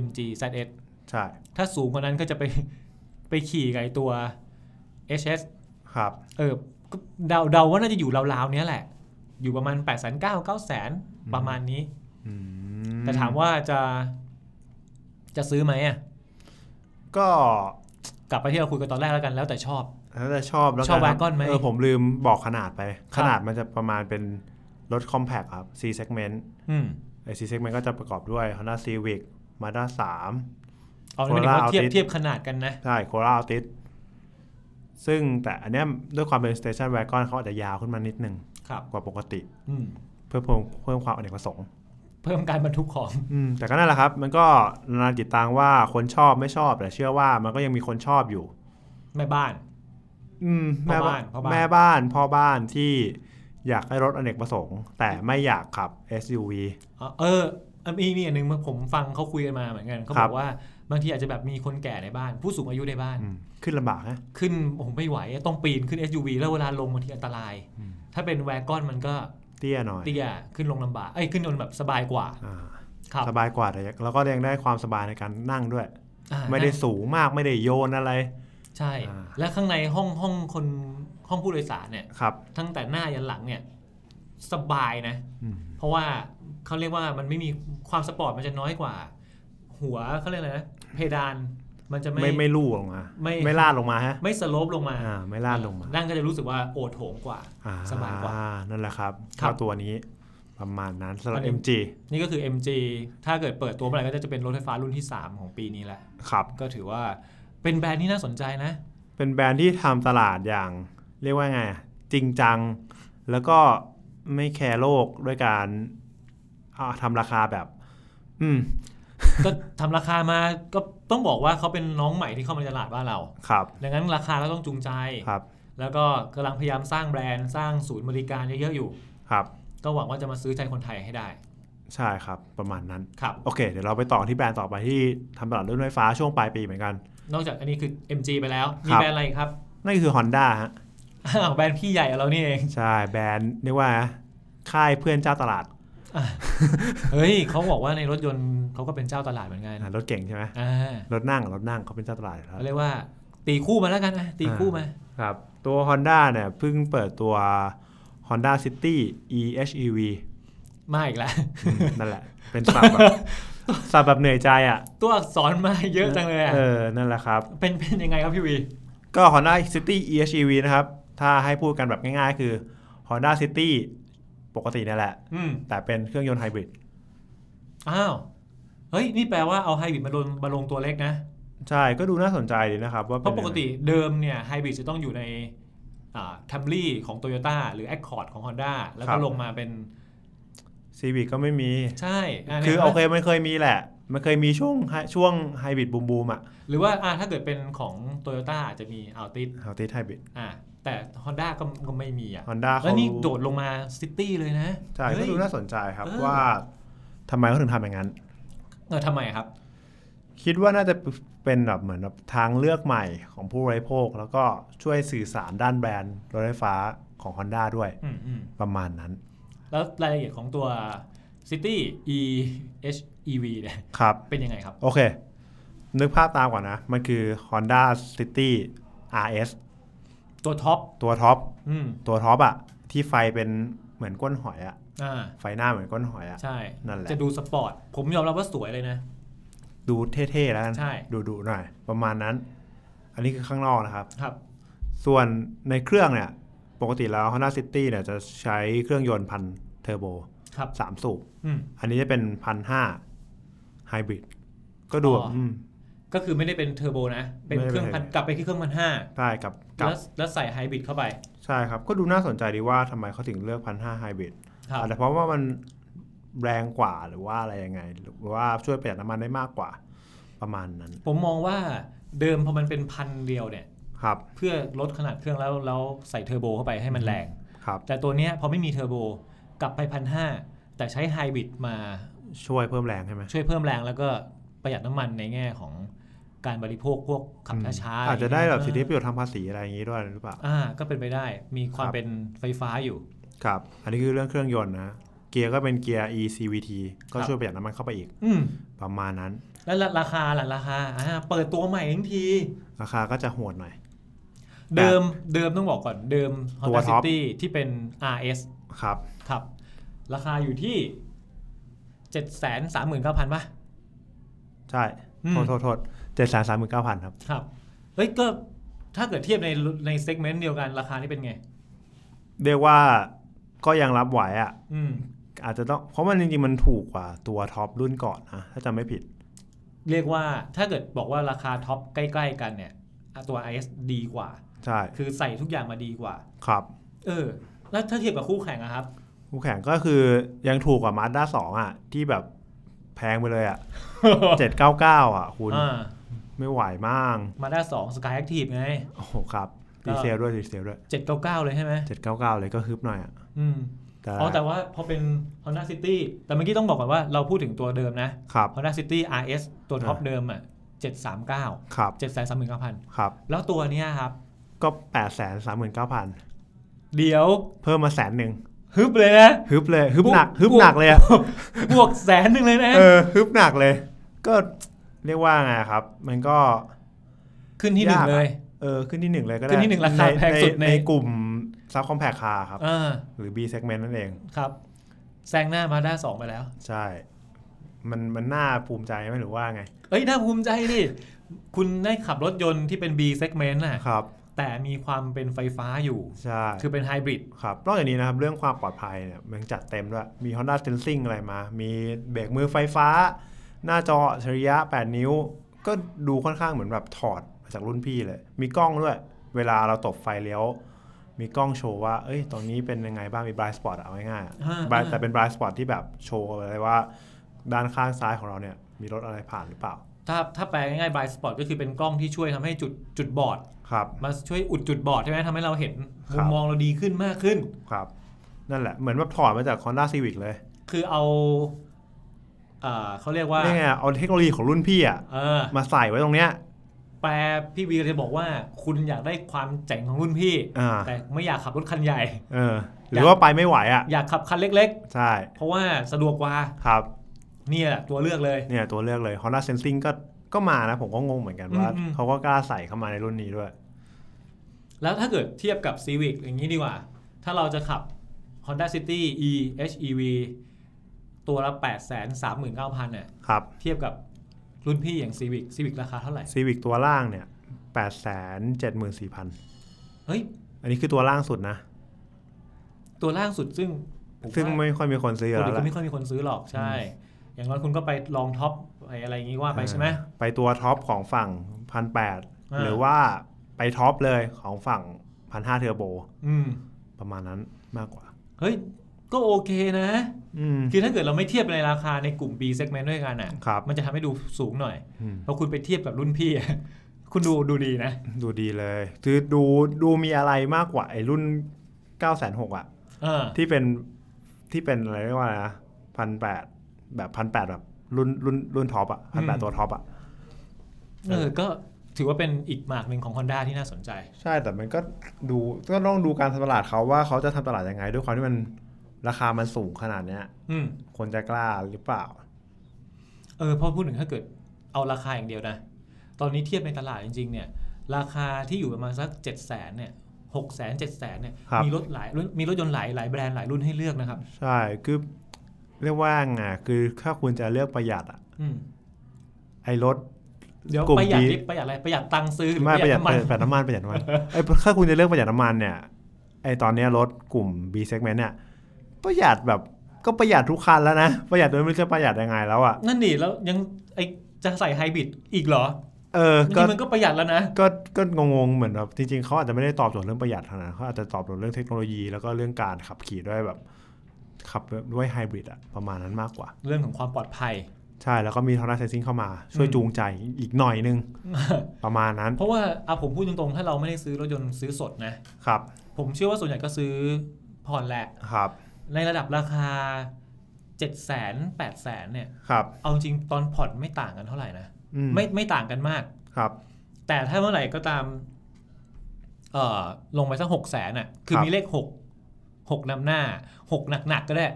Speaker 3: MG ZS
Speaker 2: ใช่
Speaker 3: ถ้าสูงกว่านั้นก็จะไป ไปขี่ไกบไอ้ตัว HS
Speaker 2: ครับ
Speaker 3: เออก็เดาเดาว่าน่าจะอยู่ราวๆเนี้ยแหละ อยู่ประมาณ8 9 0 0 0 9 0 0 ประมาณนี้
Speaker 2: อืม
Speaker 3: แต่ถามว่าจะ จะซื้อไหมอ่ะ
Speaker 2: ก็
Speaker 3: กลับไปที่เราคุยกันตอนแรกแล้วกันแล้วแต่ชอบ
Speaker 2: แล้วแต่ชอบแล้ว
Speaker 3: ชอบ
Speaker 2: ครั
Speaker 3: wagon ไหม
Speaker 2: เออผมลืมบอกขนาดไปข
Speaker 3: ครับ
Speaker 2: นาดมันจะประมาณเป็นรถ compact ครับ C segment
Speaker 3: อืม
Speaker 2: ไอ C segment ก็จะประกอบด้วย Honda Civic Mazda
Speaker 3: เอาเป็นว่า
Speaker 2: Corolla
Speaker 3: เทียบ
Speaker 2: Altis
Speaker 3: เทียบขนาดกันนะ
Speaker 2: 3 ใช่ Corolla Altis ซึ่งแต่อันเนี้ยด้วยความเป็น station wagon เขาอาจจะยาวขึ้นมานิดนึง
Speaker 3: ครับ
Speaker 2: กว่าปกติ
Speaker 3: อืม
Speaker 2: เพื่อเพิ่มเพิ่มความอเนกประสงค์
Speaker 3: เพิ่มการบรรทุกของ
Speaker 2: อืมแต่ก็นั่นแหละครับ มันก็นานาจิตตังว่าคนชอบไม่ชอบ แต่เชื่อว่ามันก็ยังมีคนชอบอยู่
Speaker 3: แม่บ้าน
Speaker 2: อืม
Speaker 3: พ่อ
Speaker 2: แม่
Speaker 3: บ้านพ่อบ้าน
Speaker 2: แม่บ้านพ่อบ้านที่อยากได้รถอเนกประสงค์ แต่ไม่อยากขับ SUV
Speaker 3: อ๋อเออมีมีอันหนึงผมฟังเขาคุยกันมาเหมือนกันเขา
Speaker 2: ครับ บ
Speaker 3: อกว่าบางทีอาจจะแบบมีคนแก่ในบ้าน ผู้สูงอายุในบ้าน
Speaker 2: อืมขึ้นลำบากนะ
Speaker 3: ขึ้นผมไม่ไหวต้องปีนขึ้น SUV แล้วเวลาลงบางทีอันตราย
Speaker 2: อืม
Speaker 3: ถ้าเป็นแวร์กอนมันก็
Speaker 2: เตี้ยหน่อย
Speaker 3: เตี้ยขึ้นลงลำบากเอ้ยขึ้นลงแบบสบายกว่า
Speaker 2: อ่า
Speaker 3: ครับ
Speaker 2: สบายกว่าแต่แล้วก็ยังได้ความสบายในการนั่งด้วย
Speaker 3: อ่า
Speaker 2: ไม่ได้สูงมากไม่ได้โยนอะไร
Speaker 3: ใช่
Speaker 2: อ่า
Speaker 3: และข้างในห้องห้องคนห้องผู้โดยสารเนี่ย
Speaker 2: ครับ
Speaker 3: ตั้งแต่หน้ายันหลังเนี่ยสบายนะ
Speaker 2: อืม
Speaker 3: เพราะว่าเขาเรียกว่ามันไม่มีความสปอร์ตมันจะน้อยกว่า หัวเขาเรียกอะไรนะเพดานมันจะไม่
Speaker 2: ไม่ไม่ลู่ลงมา
Speaker 3: ไม่
Speaker 2: ไม่ลาดลงมาฮะ
Speaker 3: ไม่สโลปลงมา
Speaker 2: อ่าไม่ลาดลงมา
Speaker 3: นั่งก็จะรู้สึกว่าโอดโถงกว่า
Speaker 2: อ่
Speaker 3: สบายกว่า
Speaker 2: นั่นแหละครับ
Speaker 3: ครับ
Speaker 2: ก็ตัวนี้ประมาณนั้นสำหรับ
Speaker 3: อันนี้
Speaker 2: MG
Speaker 3: นี่ก็คือ MG ถ้าเกิดเปิดตัวเมื่อไหร่ก็จะเป็นรถไฟฟ้ารุ่นที่ 3 ของปีนี้แหละ
Speaker 2: ครับ
Speaker 3: ก็ถือว่าเป็นแบรนด์ที่น่าสนใจนะ
Speaker 2: เป็นแบรนด์ที่ทำตลาดอย่าง เรียกว่าไงอะจริงจัง แล้วก็ไม่แคร์โลกด้วยการเอาทำราคาแบบ อืม
Speaker 3: ก็ทำราคามาก็ต้องบอกว่าเขาเป็นน้องใหม่ที่เข้ามาในตลาดบ้านเรา
Speaker 2: ครับ
Speaker 3: ดังนั้นราคาก็ต้องจูงใจ
Speaker 2: ครับ
Speaker 3: แล้วก็กำลังพยายามสร้างแบรนด์สร้างศูนย์บริการเยอะๆอยู่
Speaker 2: ครับ
Speaker 3: ก็หวังว่าจะมาซื้อใจคนไทยให้ได้
Speaker 2: ใช่ครับ ประมาณนั้น
Speaker 3: ครับ
Speaker 2: โอเค เดี๋ยวเราไปต่อที่แบรนด์ต่อไปที่ทำตลาดรถไฟฟ้าช่วงปลายปีเหมือนกัน
Speaker 3: นอกจากอันนี้คือ MG ไปแล้ว มี
Speaker 2: ครับ
Speaker 3: แบรนด์อะไรอีกครับ
Speaker 2: นั่นคือ Honda ฮะ
Speaker 3: อ้าวแบรนด์พี่ใหญ่เรานี่ เอง
Speaker 2: ใช่แบรนด์เรียกว่าไงอะค่ายเพื่อนเจ้าตลาด
Speaker 3: เฮ้ยเขาบอกว่าในรถยนต์เขาก็เป็นเจ้าตลาดเหมือนกัน
Speaker 2: อ่ะรถเก่งใช่ไหม
Speaker 3: อ่า
Speaker 2: รถนั่งรถนั่งเขาเป็นเจ้าตลาดอยู่แล้ว
Speaker 3: เขาเรียกว่าตีคู่มาแล้วกันนะตีคู่มา
Speaker 2: ครับตัว Honda เนี่ยเพิ่งเปิดตัว Honda City EHEV
Speaker 3: มาอีกแล้ว
Speaker 2: อืม นั่นแหละ เป็นสับแบบสับแบบเหนื่อยใจอ่ะ
Speaker 3: ตัวอักษรมาเยอะจังเลยอ่ะ
Speaker 2: เออ นั่นแหละครับ
Speaker 3: เป็นเป็นยังไงครับพี่วี
Speaker 2: ก็ Honda City EHEV นะครับ ถ้าให้พูดกันแบบง่ายๆ คือ Honda City ปกตินั่นแหละ
Speaker 3: อืม
Speaker 2: แต่เป็นเครื่องยนต์ไฮบริด
Speaker 3: อ้าว เฮ้ย นี่แปลว่าเอาไฮบริดมาลงมาลงตัวเล็กนะ
Speaker 2: ใช่ก็ดูน่าสนใจดีนะครับ ว่า
Speaker 3: เพ
Speaker 2: น
Speaker 3: ราะปกติเดิมเนี่ยไฮบริดจะต้องอยู่ในทัมลี่า Camry ของ Toyota หรือ Accord ของ Honda แล้วก็ลงมาเป็น
Speaker 2: ซีวิกก็ไม่มี
Speaker 3: ใช่ะ
Speaker 2: คือ
Speaker 3: นี่ย
Speaker 2: โอเคมันเคยมีแหละ มันเคยมีช่วงช่วงไฮบริดบูมๆอ่ะ
Speaker 3: หรือว่าอ่ะถ้าเกิดเป็นของ Toyota อาจจะมี Altis
Speaker 2: เอาติดไฮบริด
Speaker 3: อ่ะแต่ Honda ก็ก็ไม่มีอ่ะ
Speaker 2: ฮอนด้า
Speaker 3: แล้ว
Speaker 2: เขา
Speaker 3: นี่โดดลงมาซิตี้เลยนะ
Speaker 2: ใช่ก็
Speaker 3: เฮ้ย
Speaker 2: ดูน่าสนใจครับ
Speaker 3: เออ
Speaker 2: ว่าทำไมเขาถึงทำอย่างนั้น
Speaker 3: เออทำไมครับ
Speaker 2: คิดว่าน่าจะเป็นแบบเหมือนแบบทางเลือกใหม่ของผู้บริโภค แล้วก็ช่วยสื่อสารด้านแบรนด์รถไฟฟ้าของ Honda ด้วย
Speaker 3: อืมอืม
Speaker 2: ประมาณนั้น
Speaker 3: แล้วรายละเอียดของตัว City E H E V เนี่ย
Speaker 2: ครับ
Speaker 3: เป็นยังไงครับ
Speaker 2: โอเค นึกภาพตามก่อนนะ มันคือ Honda City RS
Speaker 3: ตัวท็อป
Speaker 2: ตัวท็อป
Speaker 3: อืม
Speaker 2: ตัวท็อปอะที่ไฟเป็นเหมือนก้นหอยอะ
Speaker 3: อ่า
Speaker 2: ไฟหน้าเหมือนก้นหอยอะ
Speaker 3: ใช่
Speaker 2: นั่นแหละ
Speaker 3: จะดูสปอร์ต ผมยอมรับว่าสวยเลยนะ
Speaker 2: ดูเท่ๆแล้วกัน
Speaker 3: ใช่
Speaker 2: ดูดุๆหน่อย ประมาณนั้น อันนี้คือข้างนอกนะครับ
Speaker 3: ครับ
Speaker 2: ส่วนในเครื่องเนี่ย ปกติแล้ว Honda City เนี่ยจะใช้เครื่องยนต์พันเทอร์โบ
Speaker 3: ครับ
Speaker 2: สามสูบ
Speaker 3: อืม
Speaker 2: อันนี้จะเป็นพันห้าไฮบริดก็ดู
Speaker 3: อ๋ออื
Speaker 2: ม
Speaker 3: ก็คือไม่ได้เป็นเทอร์โบนะ เป็นเครื่องพัน
Speaker 2: ไม่ได้เป็น
Speaker 3: กลับไปที่เครื่องพันห้า
Speaker 2: ใช่กับกับ
Speaker 3: แล้วแล้วใส่ไฮบริดเข้าไป
Speaker 2: ใช่ครับ ก็ดูน่าสนใจดีว่าทำไมเขาถึงเลือกพันห้าไฮบริด
Speaker 3: ครับ
Speaker 2: อาจจะเพราะว่ามันแรงกว่าหรือว่าอะไรยังไง หรือว่าช่วยประหยัดน้ำมันได้มากกว่า ประมาณนั้น
Speaker 3: ผมมองว่าเดิมพอมันเป็นพันเดียวเนี่ย
Speaker 2: ครับ
Speaker 3: เพื่อลดขนาดเครื่องแล้วแล้วใส่เทอร์โบเข้าไปให้มันแรง
Speaker 2: ครับ
Speaker 3: แต่ตัวเนี้ยพอไม่มีเทอร์โบกลับไปพันห้าแต่ใช้ไฮบริดมา
Speaker 2: ช่วยเพิ่มแรงใช่ไหม
Speaker 3: ช่วยเพิ่มแรงแล้วก็ประหยัดน้ำมันในแง่ของการบริโภคพวกขับช้าๆ
Speaker 2: อาจจะได้แบบสิทธิ
Speaker 3: เงี้ย
Speaker 2: ประโยชน์ทางภาษีอะไรอย่างนี้ด้วยหรือเปล่า
Speaker 3: อ่าก็เป็นไปได้มีควา
Speaker 2: ค
Speaker 3: ม
Speaker 2: รับ
Speaker 3: เป็นไฟฟ้าอยู่
Speaker 2: ครับ อันนี้คือเรื่องเครื่องยนต์นะ เกียร์ก็เป็นเกียร์ ECVT ก็
Speaker 3: ครับ
Speaker 2: ช่วยประหยัดน้ำมันเข้าไปอีก
Speaker 3: อืม
Speaker 2: ประมาณนั้น
Speaker 3: แล้วราคาล่ะราคาอ่าเปิดตัวใหม่ทั้งที
Speaker 2: ราคาก็จะโหดหน่อย
Speaker 3: เดิมเดิมต้องบอกก่อนเดิม
Speaker 2: ตั
Speaker 3: Honda
Speaker 2: วท็อป
Speaker 3: City ที่เป็น RS
Speaker 2: ครับ
Speaker 3: ครับ ราคาอยู่ที่ 739,000ป่ะ
Speaker 2: ใช่
Speaker 3: อืม
Speaker 2: โทษโทษโทษเจ็ดแสนสามหมื่นเก้าพันครับ
Speaker 3: ครับ เฮ้ย ก็ถ้าเกิดเทียบในในเซกเมนต์เดียวกันราคานี่เป็นไง
Speaker 2: เรียกว่าก็ยังรับไหวอ่ะ
Speaker 3: อืม
Speaker 2: อาจจะต้อง เพราะมันจริงๆ มันถูกกว่าตัวท็อปรุ่นก่อนนะ ถ้าจำไม่ผิด
Speaker 3: เรียกว่าถ้าเกิดบอกว่าราคาท็อปใกล้ ๆ กันเนี่ยอ่ะตัว RS ดีกว่า
Speaker 2: ใช่
Speaker 3: คือใส่ทุกอย่างมาดีกว่า
Speaker 2: ครับ
Speaker 3: เออ แล้วถ้าเทียบกับคู่แข่งอะครับ
Speaker 2: คู่แข่งก็คือยังถูกกว่ามาด้าสองอ่ะ ที่แบบแพงไปเลยอ่ะเจ็ดเก้าเก้าอ่ะ คุณ
Speaker 3: อ่า
Speaker 2: ไม่ไหวมาก
Speaker 3: มาด้าสองสกายแอคทีฟไง
Speaker 2: โอ้โหครับ
Speaker 3: ก็
Speaker 2: ดีเซลด้วยดีเซลด้วย
Speaker 3: 799 เลยใช่ไหม
Speaker 2: เจ็ดเก้าเก้าเลยก็ฮึบหน่อยอ่ะ
Speaker 3: อืม
Speaker 2: แต่
Speaker 3: อ๋อแต่ว่าพอเป็น Honda City แต่เมื่อกี้ต้องบอกก่อนว่าเราพูดถึงตัวเดิมนะ
Speaker 2: ครับ
Speaker 3: Honda City RS ตัวท็อป
Speaker 2: อ่า
Speaker 3: เดิมอ่ะ739
Speaker 2: ครับ
Speaker 3: 739,000
Speaker 2: ครับ
Speaker 3: แล้วตัวเนี้ยครับ
Speaker 2: ก็แปดแสนสามหมื่นเก้าพัน
Speaker 3: เดี๋ยว
Speaker 2: เพิ่มมาแสนหนึ่ง
Speaker 3: ฮึบเลยนะ
Speaker 2: ฮึบเลยฮึบหนักฮึบหนักเลยอะ
Speaker 3: บวกแสนหนึ่งเลยนะ
Speaker 2: เออฮึบหนักเลย ก็เรียกว่าไงครับ มันก็
Speaker 3: ขึ้นที่หนึ่ง
Speaker 2: ยากอะ
Speaker 3: เลย
Speaker 2: เออขึ้นที่หนึ่งเลยก็ได้
Speaker 3: ขึ้นที่หนึ่งราคาแพงสุดใน
Speaker 2: ในในกลุ่มซับคอมแพคคาครับ
Speaker 3: อ่า
Speaker 2: หรือ B segment นั่นเอง
Speaker 3: ครับแซงหน้ามาด้าสองไปแล้ว
Speaker 2: ใช่ มันมันน่าภูมิใจไหมหรือว่าไง
Speaker 3: เอ้ย น่าภูมิใจดิ คุณได้ขับรถยนต์ที่เป็น B segment น่ะ
Speaker 2: ครับ
Speaker 3: แต่มีความเป็นไฟฟ้าอยู่
Speaker 2: ใช่
Speaker 3: คือเป็นไฮบริด
Speaker 2: ครับนอกจากนี้นะครับ เรื่องความปลอดภัยเนี่ยมันจัดเต็มด้วย มี Honda Sensing อะไรมา มีเบรกมือไฟฟ้า หน้าจออัจฉริยะ 8 นิ้ว ก็ดูค่อนข้างเหมือนแบบถอดมาจากรุ่นพี่เลย มีกล้องด้วย เวลาเราตบไฟเลี้ยว มีกล้องโชว์ว่า เอ้ย ตรงนี้เป็นยังไงบ้าง มี blind spot อะเอาง่ายๆอะ blind- แต่เป็น blind spot ที่แบบโชว์เลยว่า ด้านข้างซ้ายของเราเนี่ย มีรถอะไรผ่านหรือเปล่า
Speaker 3: ถ้าถ้าแปลง่ายๆ blind spot ก็คือเป็นกล้องที่ช่วยทำให้จุดจุดบอด
Speaker 2: ครับ
Speaker 3: มาช่วยอุดจุดบอดใช่ไหมทำให้เราเห็น
Speaker 2: ครับ
Speaker 3: มุมมองเราดีขึ้นมากขึ้น
Speaker 2: ครับ นั่นแหละ เหมือนแบบถอดมาจาก Honda Civic เลย
Speaker 3: คือเอาเอ่อเขาเรียกว่า
Speaker 2: นี่ไงอะเอาเทคโนโลยีของรุ่นพี่อะ
Speaker 3: เออ
Speaker 2: มาใส่ไว้ตรงเนี้ย
Speaker 3: แปลพี่วีจะบอกว่าคุณอยากได้ความเจ๋งของรุ่นพี่
Speaker 2: อ่า
Speaker 3: แต่ไม่อยากขับรถคันใหญ่
Speaker 2: เออ หรือว่าไปไม่ไหวอ่ะ
Speaker 3: อยากขับคันเล็ก
Speaker 2: ใช่
Speaker 3: ๆ เพราะว่าสะดวกกว่า
Speaker 2: ครับ
Speaker 3: เนี่ยแหละตัวเลือกเลย
Speaker 2: เนี่ยตัวเลือกเลย Honda Sensing ก็ก็มานะ ผมก็งงเหมือนกันว่า
Speaker 3: อืมอืม
Speaker 2: เขาก็กล้าใส่เข้ามาในรุ่นนี้ด้วย
Speaker 3: แล้วถ้าเกิดเทียบกับ Civic อย่างนี้ดีกว่า ถ้าเราจะขับ Honda City e HEV ตัวละ 8 3 9 0 0 0เนี่ย
Speaker 2: ครับ
Speaker 3: เทียบกับรุ่นพี่อย่าง Civic Civic ราคาเท่าไหร่
Speaker 2: Civic ตัวล่างเนี่ย 8 7 4 0 0
Speaker 3: เฮ้ย
Speaker 2: 0 อันนี้คือตัวล่างสุดนะ
Speaker 3: ตัวล่างสุดซึ่งผม
Speaker 2: ซึ่ง
Speaker 3: ว่า
Speaker 2: ไม่ค่อยมีคนซื้อ
Speaker 3: ปก
Speaker 2: แล้ว
Speaker 3: ติก็
Speaker 2: ล่ะ
Speaker 3: ไม่ค่อยมีคนซื้อหรอกใช่ อย่างน้อยคุณก็ไปลองท็อปไปอะไรอย่างงี้ว่าไปใช่ไหม
Speaker 2: ไปตัวท็อปของฝั่ง 1,800
Speaker 3: า
Speaker 2: หรือว่าไปท็อปเลยของฝั่ง 1,500เทอร์โบ
Speaker 3: อืม
Speaker 2: ประมาณนั้นมากกว่า
Speaker 3: เฮ้ย ก็โอเคนะ
Speaker 2: อืม
Speaker 3: คือถ้าเกิดเราไม่เทียบในราคาในกลุ่ม B segment ด้วยกันอ่ะ
Speaker 2: ครับ
Speaker 3: มันจะทำให้ดูสูงหน่อย
Speaker 2: อืม
Speaker 3: พอคุณไปเทียบกับรุ่นพี่ อะคุณดูดูดีนะ
Speaker 2: ดูดีเลย คือดูดูมีอะไรมากกว่าไอ้รุ่น 9 6 0 0อ่ะ
Speaker 3: เออ
Speaker 2: ที่เป็นที่เป็นอะไรเรียกว่าอะไรนะพันแปดแบบพันแปดแบบรุ่นรุ่นรุ่นท็อปอ่ะพันแปด
Speaker 3: อืม
Speaker 2: ตัวท็อปอ่ะ
Speaker 3: เออ ก็ถือว่าเป็นอีกหมากหนึ่งของ Honda ที่น่าสนใจ
Speaker 2: ใช่แต่มันก็ดูก็ต้องดูการทำตลาดเขาว่าเขาจะทำตลาดยังไง ด้วยความที่มันราคามันสูงขนาดเนี้ย
Speaker 3: อืม
Speaker 2: คนจะกล้าหรือเปล่า
Speaker 3: เออพอพูดถึงถ้าเกิดเอาราคาอย่างเดียวนะ ตอนนี้เทียบในตลาดจริงๆ เนี่ย ราคาที่อยู่ประมาณสัก7 0 0 0 0เนี่ยหกแสนเจ็ดแสนเนี่ย
Speaker 2: ครับ
Speaker 3: มีรถหลายรุ่นมีรถยนต์หลายหลายแบรนด์หลายรุ่นให้เลือกนะครับ
Speaker 2: ใช่คือเรียกว่าไงคือถ้าคุณจะเลือกประหยัดอ่ะ
Speaker 3: อืม
Speaker 2: ไอ้รถ
Speaker 3: เดี๋ยว
Speaker 2: กลุ่ม
Speaker 3: ประหยัด
Speaker 2: นี้
Speaker 3: นี่ประหยัดอะไร ประหยัดตังค์ซื้อหรือ
Speaker 2: ไม่
Speaker 3: ป
Speaker 2: ป
Speaker 3: ระ
Speaker 2: ระ
Speaker 3: ห
Speaker 2: ห
Speaker 3: ยั
Speaker 2: ยั
Speaker 3: ด
Speaker 2: ด
Speaker 3: น้ำมั
Speaker 2: ป
Speaker 3: น
Speaker 2: ระหยัดน้ำมันประหยัดน้ำมันไอ้ยถ้าคุณจะเลือกประหยัดน้ำมันเนี่ยไอ้ตอนเนี้ยรถกลุ่ม B segment เนี่ยประหยัดแบบก็ประหยัดทุกคันแล้วนะ ประหยัดโดยไม่รู้จะประหยัดยังไงแล้วอ่ะ
Speaker 3: นั่นดิแล้วยังไอจะใส่ไฮบริดอีกเหรอ
Speaker 2: เออ
Speaker 3: จ
Speaker 2: ก็
Speaker 3: ริงๆมันก็ประหยัดแล้วนะ
Speaker 2: ก็ก็งงๆเหมือนแบบจริงๆเขาอาจจะไม่ได้ตอบโจทย์เรื่องประหยัดเท่านั้นเขาอาจจะตอบโจทย์เรื่องเทคโนโลยีแล้วก็เรื่องการขับขี่ด้วยแบบขับด้วยไฮบริดอะประมาณนั้นมากกว่า
Speaker 3: เรื่องของความปลอดภัย
Speaker 2: ใช่แล้วก็มีทอร์นาเซนซิงเข้ามาช่วยจูงใจอีกหน่อยนึง ประมาณนั้น
Speaker 3: เพราะว่าอ่ะผมพูดตรงๆ ถ้าเราไม่ได้ซื้อรถยนต์ซื้อสดนะ
Speaker 2: ครับ
Speaker 3: ผมเชื่อว่าส่วนใหญ่ก็ซื้อผ่อนแหละ
Speaker 2: ครับ
Speaker 3: ในระดับราคา 7 0 0 0 0 0 8 0 0 เนี่ย
Speaker 2: ครับ
Speaker 3: เอาจริงตอนผ่อนไม่ต่างกันเท่าไหร่นะ
Speaker 2: อื
Speaker 3: ไม่ไม่ต่างกันมาก
Speaker 2: ครับ
Speaker 3: แต่ถ้าเมื่อไหร่ก็ตาม เอ่อ ลงไปสักหกแสนอ่ะ คือ
Speaker 2: ครับ
Speaker 3: มีเลขหกหกนำหน้าหกหนักๆก็ได้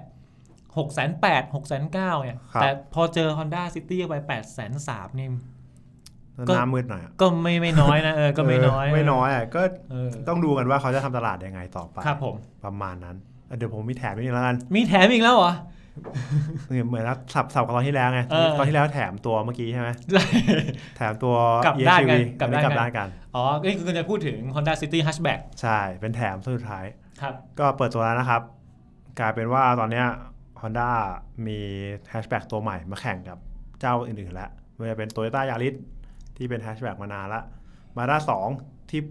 Speaker 3: หกแสนแปดหกแสนเก้าเนี่ย แต่พอเจอ Honda City ไปแปดแสนสามนี่ ก็
Speaker 2: หน้ามืดหน่อยอะ
Speaker 3: ก็ไม่ไม่น้อยนะ เออ ก็ไม่น้อย
Speaker 2: เไม่น้อยอะก็
Speaker 3: เออ
Speaker 2: ต้องดูกันว่าเขาจะทำตลาดยังไงต่อไป
Speaker 3: ครับผม
Speaker 2: ประมาณนั้นอ่ะเดี๋ยวผมมีแถมนิดนึงแล้วกัน
Speaker 3: มีแถมอีกแล้วเหรอ
Speaker 2: เนี่ยเหมือนรับสับสับกับตอนที่แล้วไง
Speaker 3: เออ
Speaker 2: ตอนที่แล้วแถมตัวเมื่อกี้ใช่ไหมแถมตัว
Speaker 3: กลับด้านกัน
Speaker 2: EHEV
Speaker 3: กลับด้าน
Speaker 2: อักลับด้านกัน
Speaker 3: อ๋อ นี่คือคุณจะพูดถึง Honda City Hatchback
Speaker 2: ใช่ เป็นแถมสุดท้าย
Speaker 3: ครับ
Speaker 2: ก็เปิดตัวแล้วนะครับ กลายเป็นว่าตอนเนี้ย Honda มีแฮชแบ็กตัวใหม่มาแข่งกับเจ้าอื่นๆแล้วไม่ว่าจะเป็น Toyota Yaris ที่เป็นแฮชแบ็กมานานละมาด้าสองที่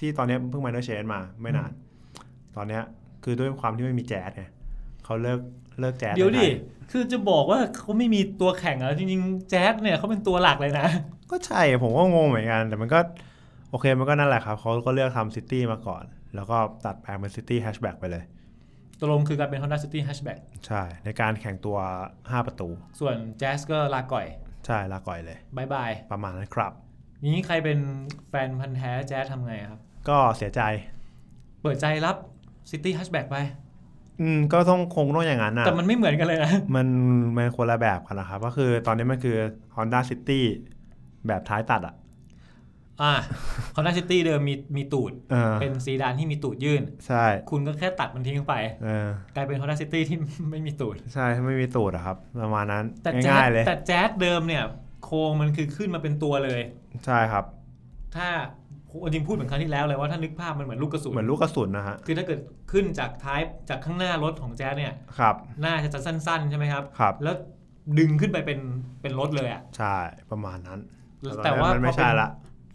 Speaker 2: ที่ตอนเนี้ยเพิ่งมาเนอร์เชนมาไม่นาน ตอนเนี้ยคือด้วยความที่ไม่มีแจ๊สไงเขาเลิกเลิกแจ๊ส
Speaker 3: เดี๋ยวดิ
Speaker 2: ในไท
Speaker 3: คือจะบอกว่าเขาไม่มีตัวแข่งแล้วจริงๆ แจ๊สเนี่ยเขาเป็นตัวหลักเลยนะ
Speaker 2: ก็ใช่ผมก็งงเหมือนกัน แต่มันก็โอเคมันก็นั่นแหละครับเขาก็เลือกทำซิตี้มาก่อน แล้วก็ตัดแปลงเป็นซิตี้แฮชแบ็กไปเลย
Speaker 3: ตกลงคือการเป็น Honda City Hatchback
Speaker 2: ใช่ ในการแข่งตัว 5 ประตู
Speaker 3: ส่วนแจ๊สก็ลาก่อย
Speaker 2: ใช่ลาก่อยเลย
Speaker 3: บายบาย
Speaker 2: ประมาณนั้นครับ
Speaker 3: นี้ใครเป็นแฟนพันธ์แท้แจ๊สทำไงครับ
Speaker 2: ก็เสียใจ
Speaker 3: เปิดใจรับ City Hatchback ไป
Speaker 2: อืม ก็ต้องคงต้องอย่างนั้นนะ
Speaker 3: แต่มันไม่เหมือนกันเลยนะ
Speaker 2: มันมันคนละแบบกันนะครับ ก็คือตอนนี้มันคือ Honda City แบบท้ายตัดอะ
Speaker 3: อ่า Honda City เดิมมีมีตูด
Speaker 2: เออ
Speaker 3: เป็นซีดานที่มีตูดยื่น
Speaker 2: ใช่
Speaker 3: คุณก็แค่ตัดมันทิ้งไป
Speaker 2: เออก
Speaker 3: ลายเป็น Honda City ที่ ไม่มีตูด
Speaker 2: ใช่ไม่มีตูดอะครับ ประมาณนั้น
Speaker 3: แต่แจ๊ส
Speaker 2: ง่ายๆเลย
Speaker 3: แต่แจ๊สเดิมเนี่ย โครงมันคือขึ้นมาเป็นตัวเลย
Speaker 2: ใช่ครับ
Speaker 3: ถ้าจริงพูดเหมือนครั้งที่แล้วเลยว่าถ้านึกภาพมันเหมือนลูกกระสุน
Speaker 2: เหมือนลูกกระสุนนะฮะ
Speaker 3: คือถ้าเกิดขึ้นจากท้ายจากข้างหน้ารถของแจ๊สเนี่ย
Speaker 2: ครับ
Speaker 3: หน้าจะสั้นๆ ใช่ไหมครับ
Speaker 2: ครับ
Speaker 3: แล้วดึงขึ้นไปเป็นเป็นรถเลยอะ
Speaker 2: ใช่ประมาณนั้น
Speaker 3: แต่ว่า
Speaker 2: อนนั้นนไม่
Speaker 3: พอเป็น
Speaker 2: ใช่ละ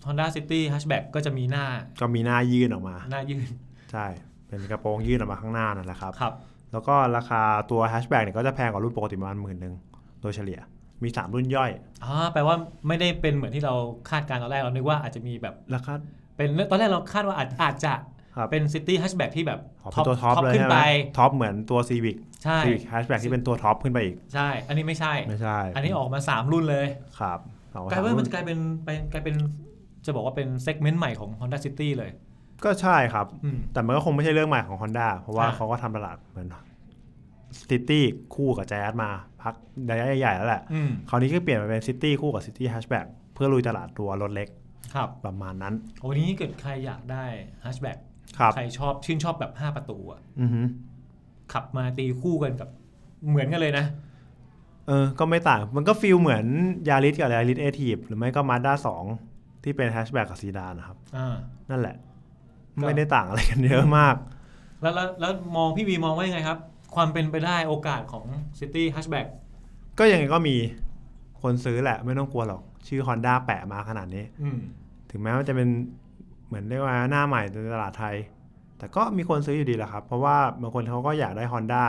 Speaker 3: Honda City Hatchback ก็จะมีหน้า
Speaker 2: ก็มีหน้ายื่นออกมา
Speaker 3: หน้ายื่น
Speaker 2: ใช่ เป็นกระโปรงยื่นออกมาข้างหน้านั่นแหละครับ
Speaker 3: ครับ
Speaker 2: แล้วก็ราคาตัวแฮชแบ็กเนี่ยก็จะแพงกว่ารุ่นปกติประมาณหมื่นหนึ่งโดยเฉลี่ย มี 3 รุ่นย่อย
Speaker 3: อ๋อ แปลว่าไม่ได้เป็นเหมือนที่เราคาดการณ์ตอนแรกเรานึกว่าอาจจะมีแบบ
Speaker 2: ราคา
Speaker 3: เป็นตอนแรกเราคาดว่าอาจอาจจะ
Speaker 2: ครับ
Speaker 3: เป็น City Hatchback ที่แบบ
Speaker 2: อ๋อเป็นตัวท็อปเลย
Speaker 3: ขึ้น
Speaker 2: ใช่ไห
Speaker 3: ไป
Speaker 2: มท็อปเหมือนตัวซีวิก
Speaker 3: ใช่
Speaker 2: ซีวิกแฮชแบ็กที่เป็นตัวท็อปขึ้นไปอีก
Speaker 3: ใช่ อันนี้ไม่ใช่
Speaker 2: ไม่ใช่
Speaker 3: อันนี้ออกมา 3 รุ่นเลย
Speaker 2: ครับสอง
Speaker 3: ก
Speaker 2: สา
Speaker 3: ลาย
Speaker 2: ม
Speaker 3: ว่ามั
Speaker 2: รุ่
Speaker 3: น
Speaker 2: น
Speaker 3: จะกลายเป็นไปกลายเป็นจะบอกว่าเป็นเซกเมนต์ใหม่ของ Honda City เลย
Speaker 2: ก็ใช่ครับ
Speaker 3: อืม
Speaker 2: แต่มันก็คงไม่ใช่เรื่องใหม่ของ Honda เพราะว่า
Speaker 3: อ่ะ
Speaker 2: เขาก็ทำตลาดเหมือนซิตี้คู่กับแจ๊สมาพักระยะใหญ่ๆแล้วแหละ
Speaker 3: อืม
Speaker 2: คราวนี้ก็เปลี่ยนมาเป็นซิตี้คู่กับซิตี้แฮชแบ็กเพื่อลุยตลาดตัวรถเล็ก
Speaker 3: ครับ
Speaker 2: ประมาณนั้น
Speaker 3: โอ้นี้เกิดใครอยากได้ Hatchback
Speaker 2: ครับ
Speaker 3: ใครชอบชื่นชอบแบบ 5 ประตูอะ
Speaker 2: อือฮึ
Speaker 3: ขับมาตีคู่กันกับเหมือนกันเลยนะ
Speaker 2: เออก็ไม่ต่างมันก็ฟีลเหมือนยาริสกับยาริสเอทีฟหรือไม่ก็มาด้าสองที่เป็นแฮชแบ็กกับซีดานนะครับ
Speaker 3: อ่า
Speaker 2: นั่นแหละ
Speaker 3: ก็
Speaker 2: ไม่ได้ต่างอะไรกันเยอะมาก
Speaker 3: แล้วแล้วแล้วมองพี่วีมองว่ายังไงครับ ความเป็นไปได้โอกาสของ City Hatchback
Speaker 2: ก็ยังไงก็มีคนซื้อแหละไม่ต้องกลัวหรอก ชื่อ Honda แปะมาขนาดนี้
Speaker 3: อืม
Speaker 2: ถึงแม้ว่าจะเป็นเหมือนเรียกว่าหน้าใหม่ในตลาดไทย แต่ก็มีคนซื้ออยู่ดีแหละครับ เพราะว่าบางคนเขาก็อยากได้ Honda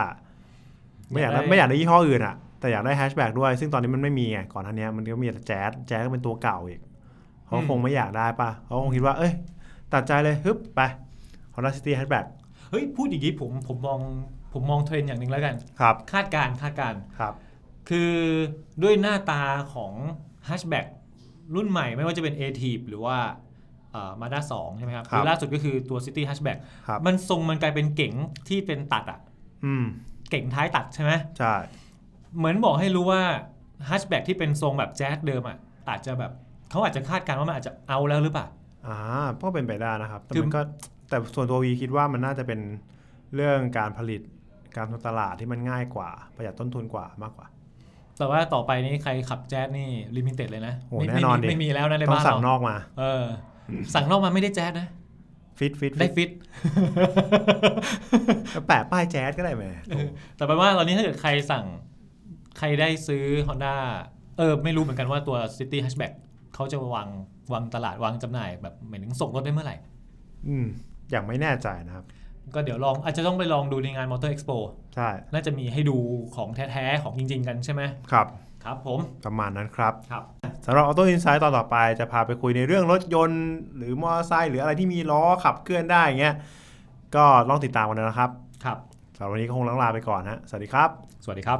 Speaker 2: ไม่อยากได้
Speaker 3: อยากได้
Speaker 2: ไม่อยากได้ยี่ห้ออื่นอะแต่อยากได้แฮชแบ็กด้วย ซึ่งตอนนี้มันไม่มีไงก่อนท่านี้มันก็มีแต่แจ๊สแจ๊สก็เป็นตัวเก่าอีกเขาคงไม่อยากได้ปะเขาคงคิดว่า เอ้ย ตัดใจเลยฮึบไป Honda City Hatchback
Speaker 3: เฮ้ย พูดอย่างนี้ผมผมมองผมมองเทรนด์อย่างหนึ่งแล้วกัน
Speaker 2: ครับ
Speaker 3: คาดการณ์คาดการณ์
Speaker 2: ครับ
Speaker 3: คือด้วยหน้าตาของ Hatchback รุ่นใหม่ไม่ว่าจะเป็น a t ทีหรือว่ามาด้าสองใช่ไหมครับ
Speaker 2: ครับ
Speaker 3: หรือล่าสุดก็คือตัว City Hatchback
Speaker 2: ครับ
Speaker 3: มันทรงมันกลายเป็นเก๋งที่เป็นตัดอะ
Speaker 2: อืม
Speaker 3: เก๋งท้ายตัดใช่ไหม
Speaker 2: ใช่
Speaker 3: เหมือนบอกให้รู้ว่า Hatchback ที่เป็นทรงแบบแจ๊สเดิมอะอาจจะแบบเขาอาจจะคาดการณ์ว่ามันอาจจะเอาแล้วหรือเปล่า
Speaker 2: อ่าก็เป็นไปได้นะครับ แต่
Speaker 3: คือ
Speaker 2: มันก็แต่ส่วนตัววีคิดว่ามันน่าจะเป็นเรื่องการผลิตการทำตลาดที่มันง่ายกว่า ประหยัดต้นทุนกว่ามากกว่า
Speaker 3: แต่ว่าต่อไปนี้ใครขับแจ๊สนี่ลิมิเต็ดเลยนะ
Speaker 2: โอ้
Speaker 3: ไม่
Speaker 2: แน่นอนดิ
Speaker 3: ไม่มีไม่มีแล้วนะใน
Speaker 2: ต้อ
Speaker 3: บ้าง น
Speaker 2: สั่งน
Speaker 3: เรา
Speaker 2: อกมา
Speaker 3: เออ สั่งนอกมาไม่ได้แจ๊สนะ
Speaker 2: ฟิตฟิต
Speaker 3: ได้ฟิต
Speaker 2: ก็แปะป้ายแจ๊สก็ได้ไหม
Speaker 3: แต่แปลว่าตอนนี้ถ้าเกิดใครสั่งใครได้ซื้อ Honda เออ ไม่รู้เหมือนกันว่าตัว City Hatchback เขาจะวางวางตลาดวางจำหน่ายแบบหมายถึงส่งรถได้เมื่อไหร่
Speaker 2: อืมอย่างไม่แน่ใจนะครับ
Speaker 3: ก็เดี๋ยวลองอาจจะต้องไปลองดูในงาน Motor Expo
Speaker 2: ใช่
Speaker 3: น่าจะมีให้ดูของแท้ ๆ ของจริง ๆ กันใช่ไหม
Speaker 2: ครับ
Speaker 3: ครับผม
Speaker 2: ประมาณนั้นครับ
Speaker 3: ครับ
Speaker 2: สำหรับ Auto Insight ตอนต่อไปจะพาไปคุยในเรื่องรถยนต์ หรือมอเตอร์ไซค์หรืออะไรที่มีล้อขับเคลื่อนได้อย่างเงี้ยก็ลองติดตามกันนะครับ
Speaker 3: ครับ
Speaker 2: สำหรับวันนี้ก็คงต้องลาไปก่อนฮะสวัสดีครับ
Speaker 3: สวัสดีครับ